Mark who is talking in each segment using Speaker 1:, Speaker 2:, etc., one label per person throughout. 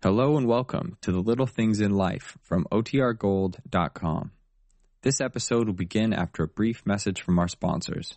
Speaker 1: Hello and welcome to the Little Things in Life from OTRGold.com. This episode will begin after a brief message from our sponsors.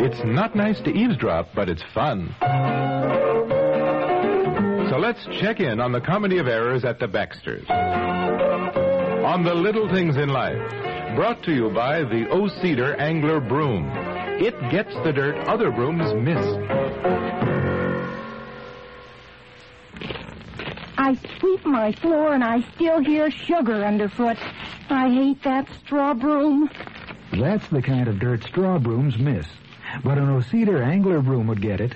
Speaker 2: It's not nice to eavesdrop, but it's fun. So let's check in on the comedy of errors at the Baxters. On the little things in life. Brought to you by the O Cedar Angler Broom. It gets the dirt other brooms miss.
Speaker 3: I sweep my floor and I still hear sugar underfoot. I hate that straw broom.
Speaker 4: That's the kind of dirt straw brooms miss. But an Ocedar angler broom would get it.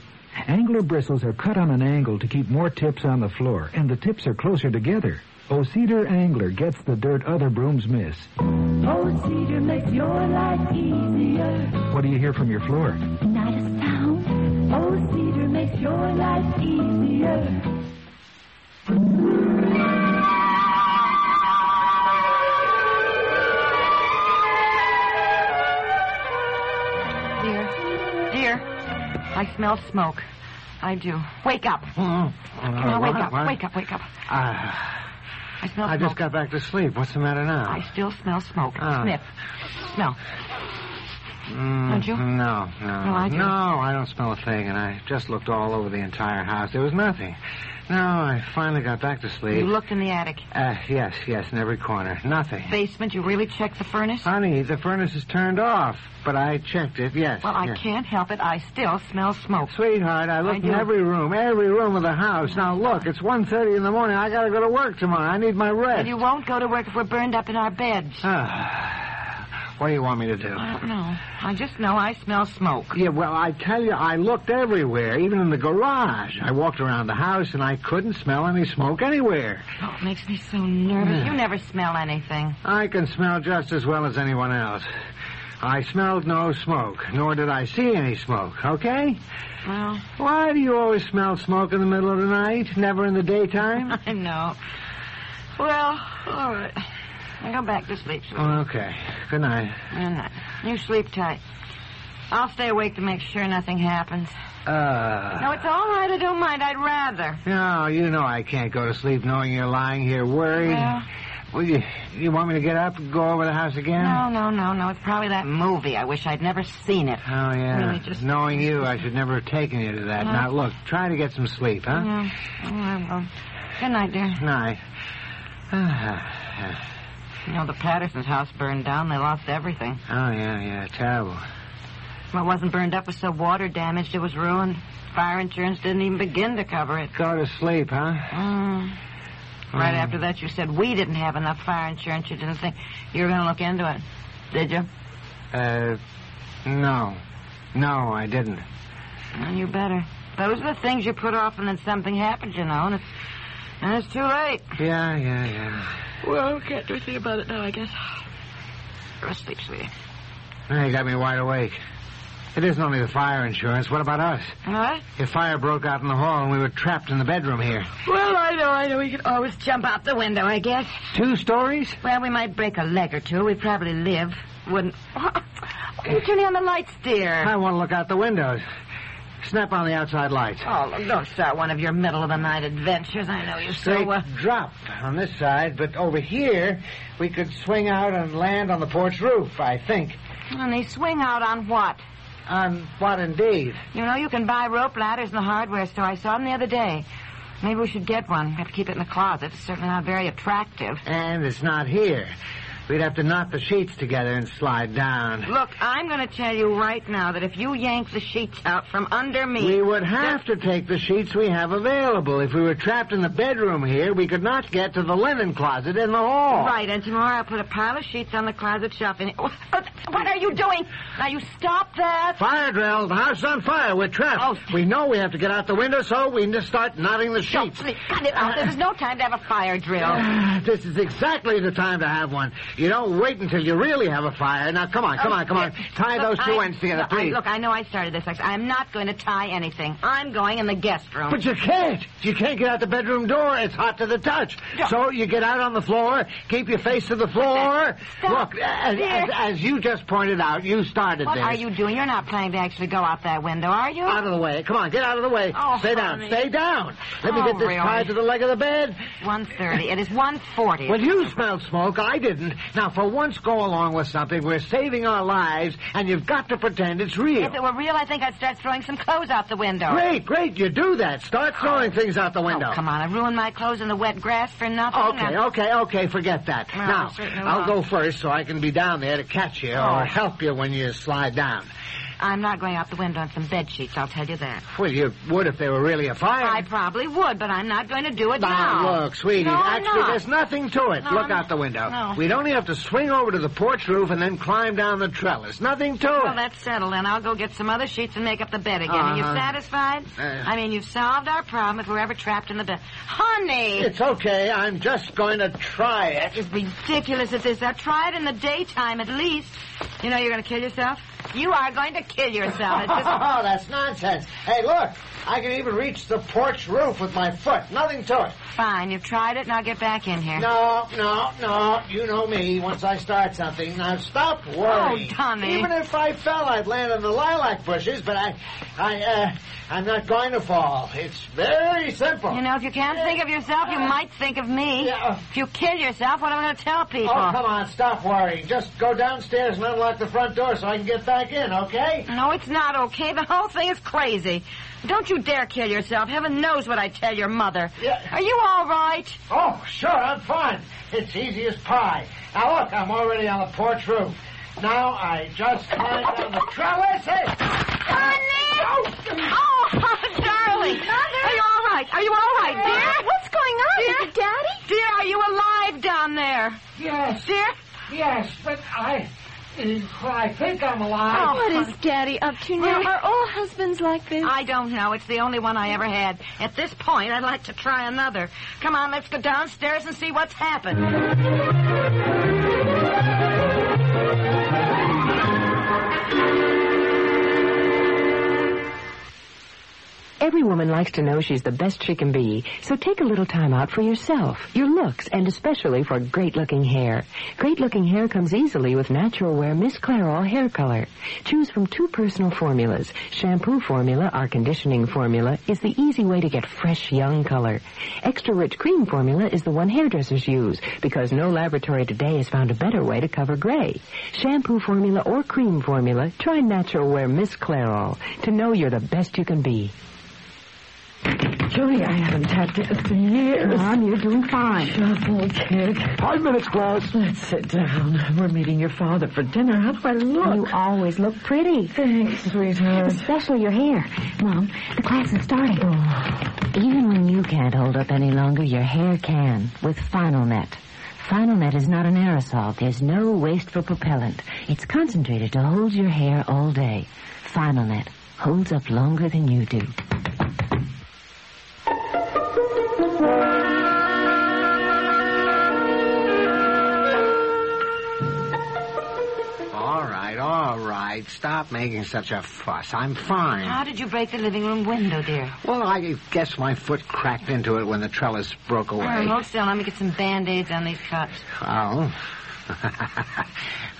Speaker 4: Angler bristles are cut on an angle to keep more tips on the floor, and the tips are closer together. Ocedar angler gets the dirt other brooms miss.
Speaker 3: Oh, cedar makes your life easier.
Speaker 4: What do you hear from your floor?
Speaker 3: Not a sound. Oh, cedar makes your life easier.
Speaker 5: Dear, dear, I smell smoke. I do. Wake up.
Speaker 6: Mm-hmm.
Speaker 5: Come on, wake up, wake up, wake up. I smell
Speaker 6: Uh, I
Speaker 5: smoke.
Speaker 6: just got back to sleep. What's the matter now?
Speaker 5: I still smell smoke.
Speaker 6: Ah.
Speaker 5: Sniff. Smell.
Speaker 6: Mm-hmm.
Speaker 5: Don't you?
Speaker 6: No, no.
Speaker 5: Well, Oh, I do.
Speaker 6: no, I don't smell a thing, and I just looked all over the entire house. There was nothing. No, I finally got back to sleep.
Speaker 5: You looked in the attic.
Speaker 6: Uh, yes, yes, in every corner. Nothing.
Speaker 5: Basement, you really checked the furnace?
Speaker 6: Honey, the furnace is turned off, but I checked it, yes.
Speaker 5: Well, I
Speaker 6: yes.
Speaker 5: can't help it. I still smell smoke.
Speaker 6: Sweetheart, I looked
Speaker 5: do.
Speaker 6: in every room, every room of the house. Now look, it's 1.30 in the morning. I gotta go to work tomorrow. I need my rest.
Speaker 5: And you won't go to work if we're burned up in our beds.
Speaker 6: Ah, what do you want me to do?
Speaker 5: I don't know. I just know I smell smoke.
Speaker 6: Yeah, well, I tell you, I looked everywhere, even in the garage. I walked around the house and I couldn't smell any smoke anywhere.
Speaker 5: Oh, it makes me so nervous.
Speaker 6: Yeah.
Speaker 5: You never smell anything.
Speaker 6: I can smell just as well as anyone else. I smelled no smoke, nor did I see any smoke, okay?
Speaker 5: Well,
Speaker 6: Why do you always smell smoke in the middle of the night, never in the daytime?
Speaker 5: I know. Well, all right. I'll go back to sleep. sweetie.
Speaker 6: oh, okay. Good night.
Speaker 5: Good night. You sleep tight. I'll stay awake to make sure nothing happens.
Speaker 6: Uh.
Speaker 5: No, it's all right. I don't mind. I'd rather.
Speaker 6: No, you know I can't go to sleep knowing you're lying here worried.
Speaker 5: Well.
Speaker 6: Well, you, you want me to get up and go over the house again?
Speaker 5: No, no, no, no. It's probably that movie. I wish I'd never seen it.
Speaker 6: Oh, yeah.
Speaker 5: Really, just-
Speaker 6: Knowing you, I should never have taken you to that. Now, look, try to get some sleep, huh?
Speaker 5: Yeah. Oh, I will. Good night, dear.
Speaker 6: Night. Oh,
Speaker 5: You know, the Patterson's house burned down. They lost everything.
Speaker 6: oh, yeah, yeah, terrible.
Speaker 5: What wasn't burned up was so water damaged it was ruined. Fire insurance didn't even begin to cover it.
Speaker 6: Go to sleep, huh?
Speaker 5: Mm. Right after that, you said we didn't have enough fire insurance. You didn't think you were going to look into it, did you?
Speaker 6: Uh, no. No, I didn't.
Speaker 5: Well, you better. Those are the things you put off, and then something happens, you know, and it's, and it's too late.
Speaker 6: Yeah, yeah, yeah.
Speaker 5: Well, can't do anything about it now, I guess. Go to sleep, sweetie.
Speaker 6: Now you got me wide awake. It isn't only the fire insurance. What about us?
Speaker 5: What?
Speaker 6: If fire broke out in the hall and we were trapped in the bedroom here.
Speaker 5: Well, I know, I know. We could always jump out the window, I guess.
Speaker 6: Two stories?
Speaker 5: Well, we might break a leg or two. We'd probably live. Wouldn't. Why are you turning on the lights, dear?
Speaker 6: I want to look out the windows. Snap on the outside lights.
Speaker 5: Oh, look, don't start one of your middle of the night adventures. I know you so
Speaker 6: Straight
Speaker 5: Oh, well.
Speaker 6: drop on this side, but over here we could swing out and land on the porch roof, I think.
Speaker 5: And they swing out on what?
Speaker 6: On what indeed?
Speaker 5: You know, you can buy rope ladders in the hardware store. I saw them the other day. Maybe we should get one. Have to keep it in the closet. It's certainly not very attractive.
Speaker 6: And it's not here. We'd have to knot the sheets together and slide down.
Speaker 5: Look, I'm going to tell you right now that if you yank the sheets out from under me.
Speaker 6: We would have to take the sheets we have available. If we were trapped in the bedroom here, we could not get to the linen closet in the hall.
Speaker 5: Right, and tomorrow I'll put a pile of sheets on the closet shelf. And oh, What are you doing? Now, you stop that.
Speaker 7: Fire drill. The house is on fire. We're trapped.
Speaker 5: Oh.
Speaker 7: We know we have to get out the window, so we just start knotting the
Speaker 5: Don't
Speaker 7: sheets.
Speaker 5: sleep. Cut it out. There's no time to have a fire drill.
Speaker 7: This is exactly the time to have one. You don't wait until you really have a fire. Now, come on, come on, come on. Tie
Speaker 5: Look,
Speaker 7: those two
Speaker 5: I-
Speaker 7: ends together,
Speaker 5: look, I-
Speaker 7: please.
Speaker 5: Look, I know I started this. I- I'm not going to tie anything. I'm going in the guest room.
Speaker 7: But you can't. You can't get out the bedroom door. It's hot to the touch.
Speaker 5: Yeah.
Speaker 7: So you get out on the floor, keep your face to the floor.
Speaker 5: Stop.
Speaker 7: Look, as,
Speaker 5: There.
Speaker 7: as, as you just pointed out, you started
Speaker 5: what
Speaker 7: this.
Speaker 5: are you doing? You're not planning to actually go out that window, are you?
Speaker 7: Out of the way. Come on, get out of the way.
Speaker 5: Oh,
Speaker 7: stay down,
Speaker 5: honey.
Speaker 7: stay down. Let me
Speaker 5: Oh,
Speaker 7: get this
Speaker 5: really?
Speaker 7: tied to the leg of the bed.
Speaker 5: One thirty. It is one forty.
Speaker 7: Well, you smelled smoke. I didn't. Now, for once, go along with something. We're saving our lives, and you've got to pretend it's real.
Speaker 5: If it were real, I think I'd start throwing some clothes out the window.
Speaker 7: Great, great. You do that. Start throwing things out the
Speaker 5: Oh,
Speaker 7: window.
Speaker 5: come on. I ruined my clothes in the wet grass for nothing.
Speaker 7: Okay,
Speaker 5: Now-
Speaker 7: okay, okay. Forget that.
Speaker 5: Well, I
Speaker 7: now,
Speaker 5: certainly
Speaker 7: I'll
Speaker 5: will. Oh.
Speaker 7: go first so I can be down there to catch you or help you when you slide down.
Speaker 5: I'm not going out the window on some bed sheets, I'll tell you that.
Speaker 7: Well, you would if there were really a fire.
Speaker 5: I probably would, but I'm not going to do it
Speaker 7: Now,
Speaker 5: now.
Speaker 7: look, sweetie,
Speaker 5: No, I'm
Speaker 7: actually,
Speaker 5: not.
Speaker 7: there's nothing to it.
Speaker 5: No,
Speaker 7: look
Speaker 5: I'm-
Speaker 7: out the window.
Speaker 5: no.
Speaker 7: We'd only have to swing over to the porch roof and then climb down the trellis. Nothing to
Speaker 5: Well,
Speaker 7: it.
Speaker 5: that's settled, and I'll go get some other sheets and make up the bed again. Are you
Speaker 7: Uh-huh.
Speaker 5: satisfied?
Speaker 7: Uh.
Speaker 5: I mean, you've solved our problem if we're ever trapped in the bed. Honey!
Speaker 7: It's okay. I'm just going to try it.
Speaker 5: It's ridiculous at this. I try it in the daytime at least. You know you're going to kill yourself? You are going to kill yourself. It's just...
Speaker 7: Oh, that's nonsense. Hey, look. I can even reach the porch roof with my foot. Nothing to it.
Speaker 5: Fine, you've tried it, now get back in here.
Speaker 7: No, no, no. You know me. Once I start something, now stop worrying.
Speaker 5: Oh, Tommy.
Speaker 7: Even if I fell, I'd land on the lilac bushes. But I, I, uh, I'm not going to fall. It's very simple. Uh,
Speaker 5: You know, if you can't think of yourself, you might think of me.
Speaker 7: Yeah.
Speaker 5: If you kill yourself, what am I going to tell people?
Speaker 7: Oh, come on, stop worrying. Just go downstairs and unlock the front door so I can get back in, okay?
Speaker 5: No, it's not okay. The whole thing is crazy. Don't you dare kill yourself. Heaven knows what I tell your mother.
Speaker 7: Yeah.
Speaker 5: Are you all right?
Speaker 7: Oh, sure, I'm fine. It's easy as pie. Now look, I'm already on the porch roof. Now I just climb down the trellis. Hey!
Speaker 5: Honey! Oh, darling! Are you all right? Are you all right, Oh, dear? What's going on? Dear? Daddy? Dear, are you alive down there?
Speaker 7: Yes,
Speaker 5: Dear?
Speaker 7: yes, but I, I think I'm alive.
Speaker 5: Oh,
Speaker 8: What is Daddy up to now?
Speaker 5: Well,
Speaker 8: Are all husbands like this?
Speaker 5: I don't know. It's the only one I ever had. At this point, I'd like to try another. Come on, let's go downstairs and see what's happened.
Speaker 3: Every woman likes to know she's the best she can be, so take a little time out for yourself, your looks, and especially for great looking hair. Great looking hair comes easily with Natural Wear Miss Clairol hair color. Choose from two personal formulas. Shampoo formula, our conditioning formula, is the easy way to get fresh, young color. Extra rich cream formula is the one hairdressers use because no laboratory today has found a better way to cover gray. Shampoo formula or cream formula, try Natural Wear Miss Clairol to know you're the best you can be.
Speaker 8: Julie, I haven't had this for years. Mom, you're doing fine. Shut up, old kid.
Speaker 6: Five minutes, Claus.
Speaker 8: Let's sit down. We're meeting your father for dinner. How do I look?
Speaker 9: You always look pretty,
Speaker 8: Thanks, sweetheart.
Speaker 9: especially your hair. Mom, the class is starting.
Speaker 3: Oh. Even when you can't hold up any longer, your hair can with Final Net. Final Net is not an aerosol. There's no wasteful propellant. It's concentrated to hold your hair all day. Final Net holds up longer than you do.
Speaker 7: All right, all right. Stop making such a fuss. I'm fine.
Speaker 5: How did you break the living room window, dear?
Speaker 7: Well, I guess my foot cracked into it when the trellis broke away.
Speaker 5: All right, hold still. Let me get some band-aids on these cuts.
Speaker 7: Oh.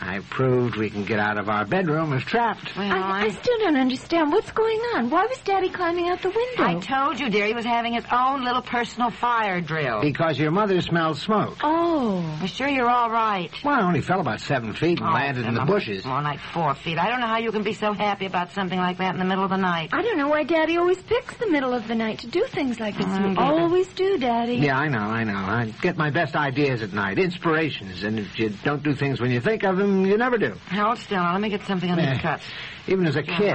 Speaker 7: I proved we can get out of our bedroom if trapped.
Speaker 5: Well,
Speaker 9: I, I still don't understand what's going on. Why was Daddy climbing out the window?
Speaker 5: I told you, dear, he was having his own little personal fire drill.
Speaker 7: Because your mother smelled smoke.
Speaker 9: oh.
Speaker 5: I'm sure you're all right.
Speaker 7: Well, I only fell about seven feet and landed in the
Speaker 5: Oh,
Speaker 7: bushes.
Speaker 5: More like four feet. I don't know how you can be so happy about something like that in the middle of the night.
Speaker 9: I don't know why Daddy always picks the middle of the night to do things like this.
Speaker 5: Mm,
Speaker 9: you
Speaker 5: Daddy.
Speaker 9: always do, Daddy.
Speaker 5: "Mm."
Speaker 7: Yeah, I know, I know. I get my best ideas at night, inspirations. And if you don't do things when you think of them, you never do.
Speaker 5: Hold still. Now, Let me get something on
Speaker 7: Eh.
Speaker 5: these cuts.
Speaker 7: Even as a kid.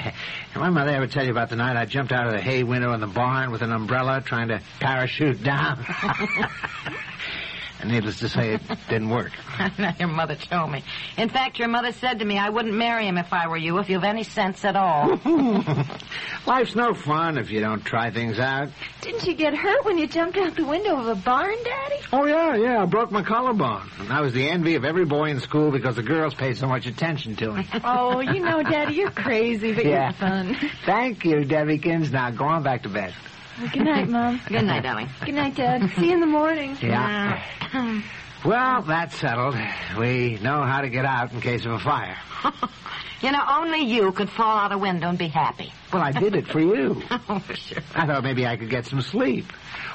Speaker 7: my mother ever tell you about the night I jumped out of the hay window in the barn with an umbrella trying to parachute down? And needless to say, it didn't work.
Speaker 5: Now, your mother told me. In fact, your mother said to me, I wouldn't marry him if I were you, if you've any sense at all.
Speaker 7: Life's no fun if you don't try things out.
Speaker 9: Didn't you get hurt when you jumped out the window of a barn, Daddy?
Speaker 7: Oh, yeah, yeah. I broke my collarbone. And I was the envy of every boy in school because the girls paid so much attention to me.
Speaker 9: Oh, you know, Daddy, you're crazy, but
Speaker 7: Yeah.
Speaker 9: you're fun.
Speaker 7: Thank you, Debbykins. Now go on back to bed.
Speaker 9: Good night, Mom.
Speaker 5: Good night, darling.
Speaker 9: Good night, Dad. See you in the morning.
Speaker 7: Yeah. Well, that's settled. We know how to get out in case of a fire.
Speaker 5: You know, only you could fall out a window and be happy.
Speaker 7: Well, I did it for you.
Speaker 5: Oh, sure.
Speaker 7: I thought maybe I could get some sleep.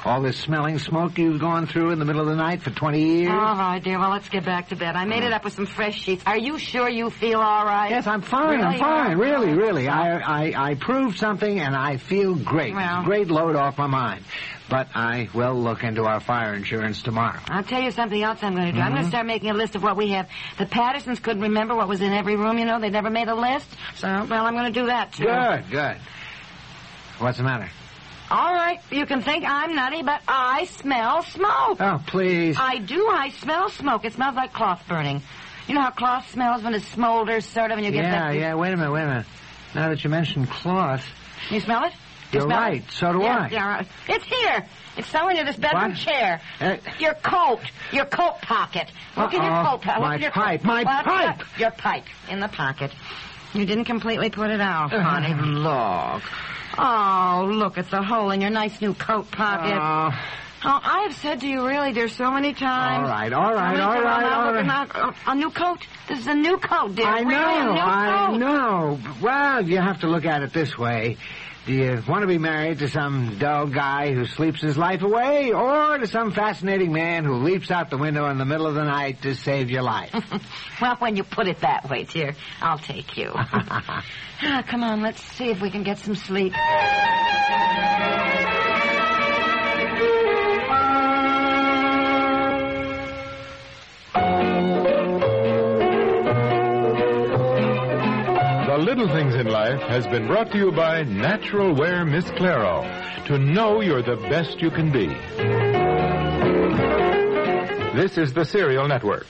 Speaker 7: All this smelling smoke you've gone through in the middle of the night for 20 years.
Speaker 5: All right, dear. Well, let's get back to bed. I made it up with some fresh sheets. Are you sure you feel all right?
Speaker 7: Yes, I'm fine. I'm
Speaker 5: Really?
Speaker 7: fine. Really, really. I, I, I proved something, and I feel great. It's
Speaker 5: Well.
Speaker 7: a great load off my mind. But I will look into our fire insurance tomorrow.
Speaker 5: I'll tell you something else I'm going to do. I'm going
Speaker 7: Mm-hmm.
Speaker 5: to start making a list of what we have. The Pattersons couldn't remember what was in every room, you know. They never made a list. So, well, I'm going to do that, too.
Speaker 7: Good, good. What's the matter?
Speaker 5: All right. You can think I'm nutty, but I smell smoke.
Speaker 7: Oh, please.
Speaker 5: I do. I smell smoke. It smells like cloth burning. You know how cloth smells when it smolders, sort of, and you get
Speaker 7: yeah,
Speaker 5: that...
Speaker 7: yeah. Wait a minute, wait a minute. Now that you mention cloth,
Speaker 5: You smell it? You
Speaker 7: you're
Speaker 5: smell
Speaker 7: right.
Speaker 5: It?
Speaker 7: So do
Speaker 5: yeah,
Speaker 7: I.
Speaker 5: yeah, all right. It's here. It's somewhere near this bedroom
Speaker 7: What?
Speaker 5: chair.
Speaker 7: Uh,
Speaker 5: Your coat. Your coat pocket. Look in your
Speaker 7: Uh-oh.
Speaker 5: coat pocket.
Speaker 7: My
Speaker 5: Look in your
Speaker 7: pipe.
Speaker 5: Coat.
Speaker 7: My
Speaker 5: What?
Speaker 7: pipe.
Speaker 5: Your pipe in the pocket. You didn't completely put it out, honey.
Speaker 7: Look.
Speaker 5: Oh, look, it's a hole in your nice new coat pocket.
Speaker 7: Oh,
Speaker 5: oh, I have said to you, really, dear, so many times.
Speaker 7: all right, all right, all right, all right.
Speaker 5: A new coat. This is a new coat, dear.
Speaker 7: I
Speaker 5: Really, a
Speaker 7: know,
Speaker 5: new
Speaker 7: I
Speaker 5: coat.
Speaker 7: know. Well, you have to look at it this way. Do you want to be married to some dull guy who sleeps his life away, or to some fascinating man who leaps out the window in the middle of the night to save your life?
Speaker 5: Well, when you put it that way, dear, I'll take you. Ah, come on, let's see if we can get some sleep.
Speaker 2: The Little Things in Life has been brought to you by Natural Wear Miss Claro. To know you're the best you can be. This is the Serial Network.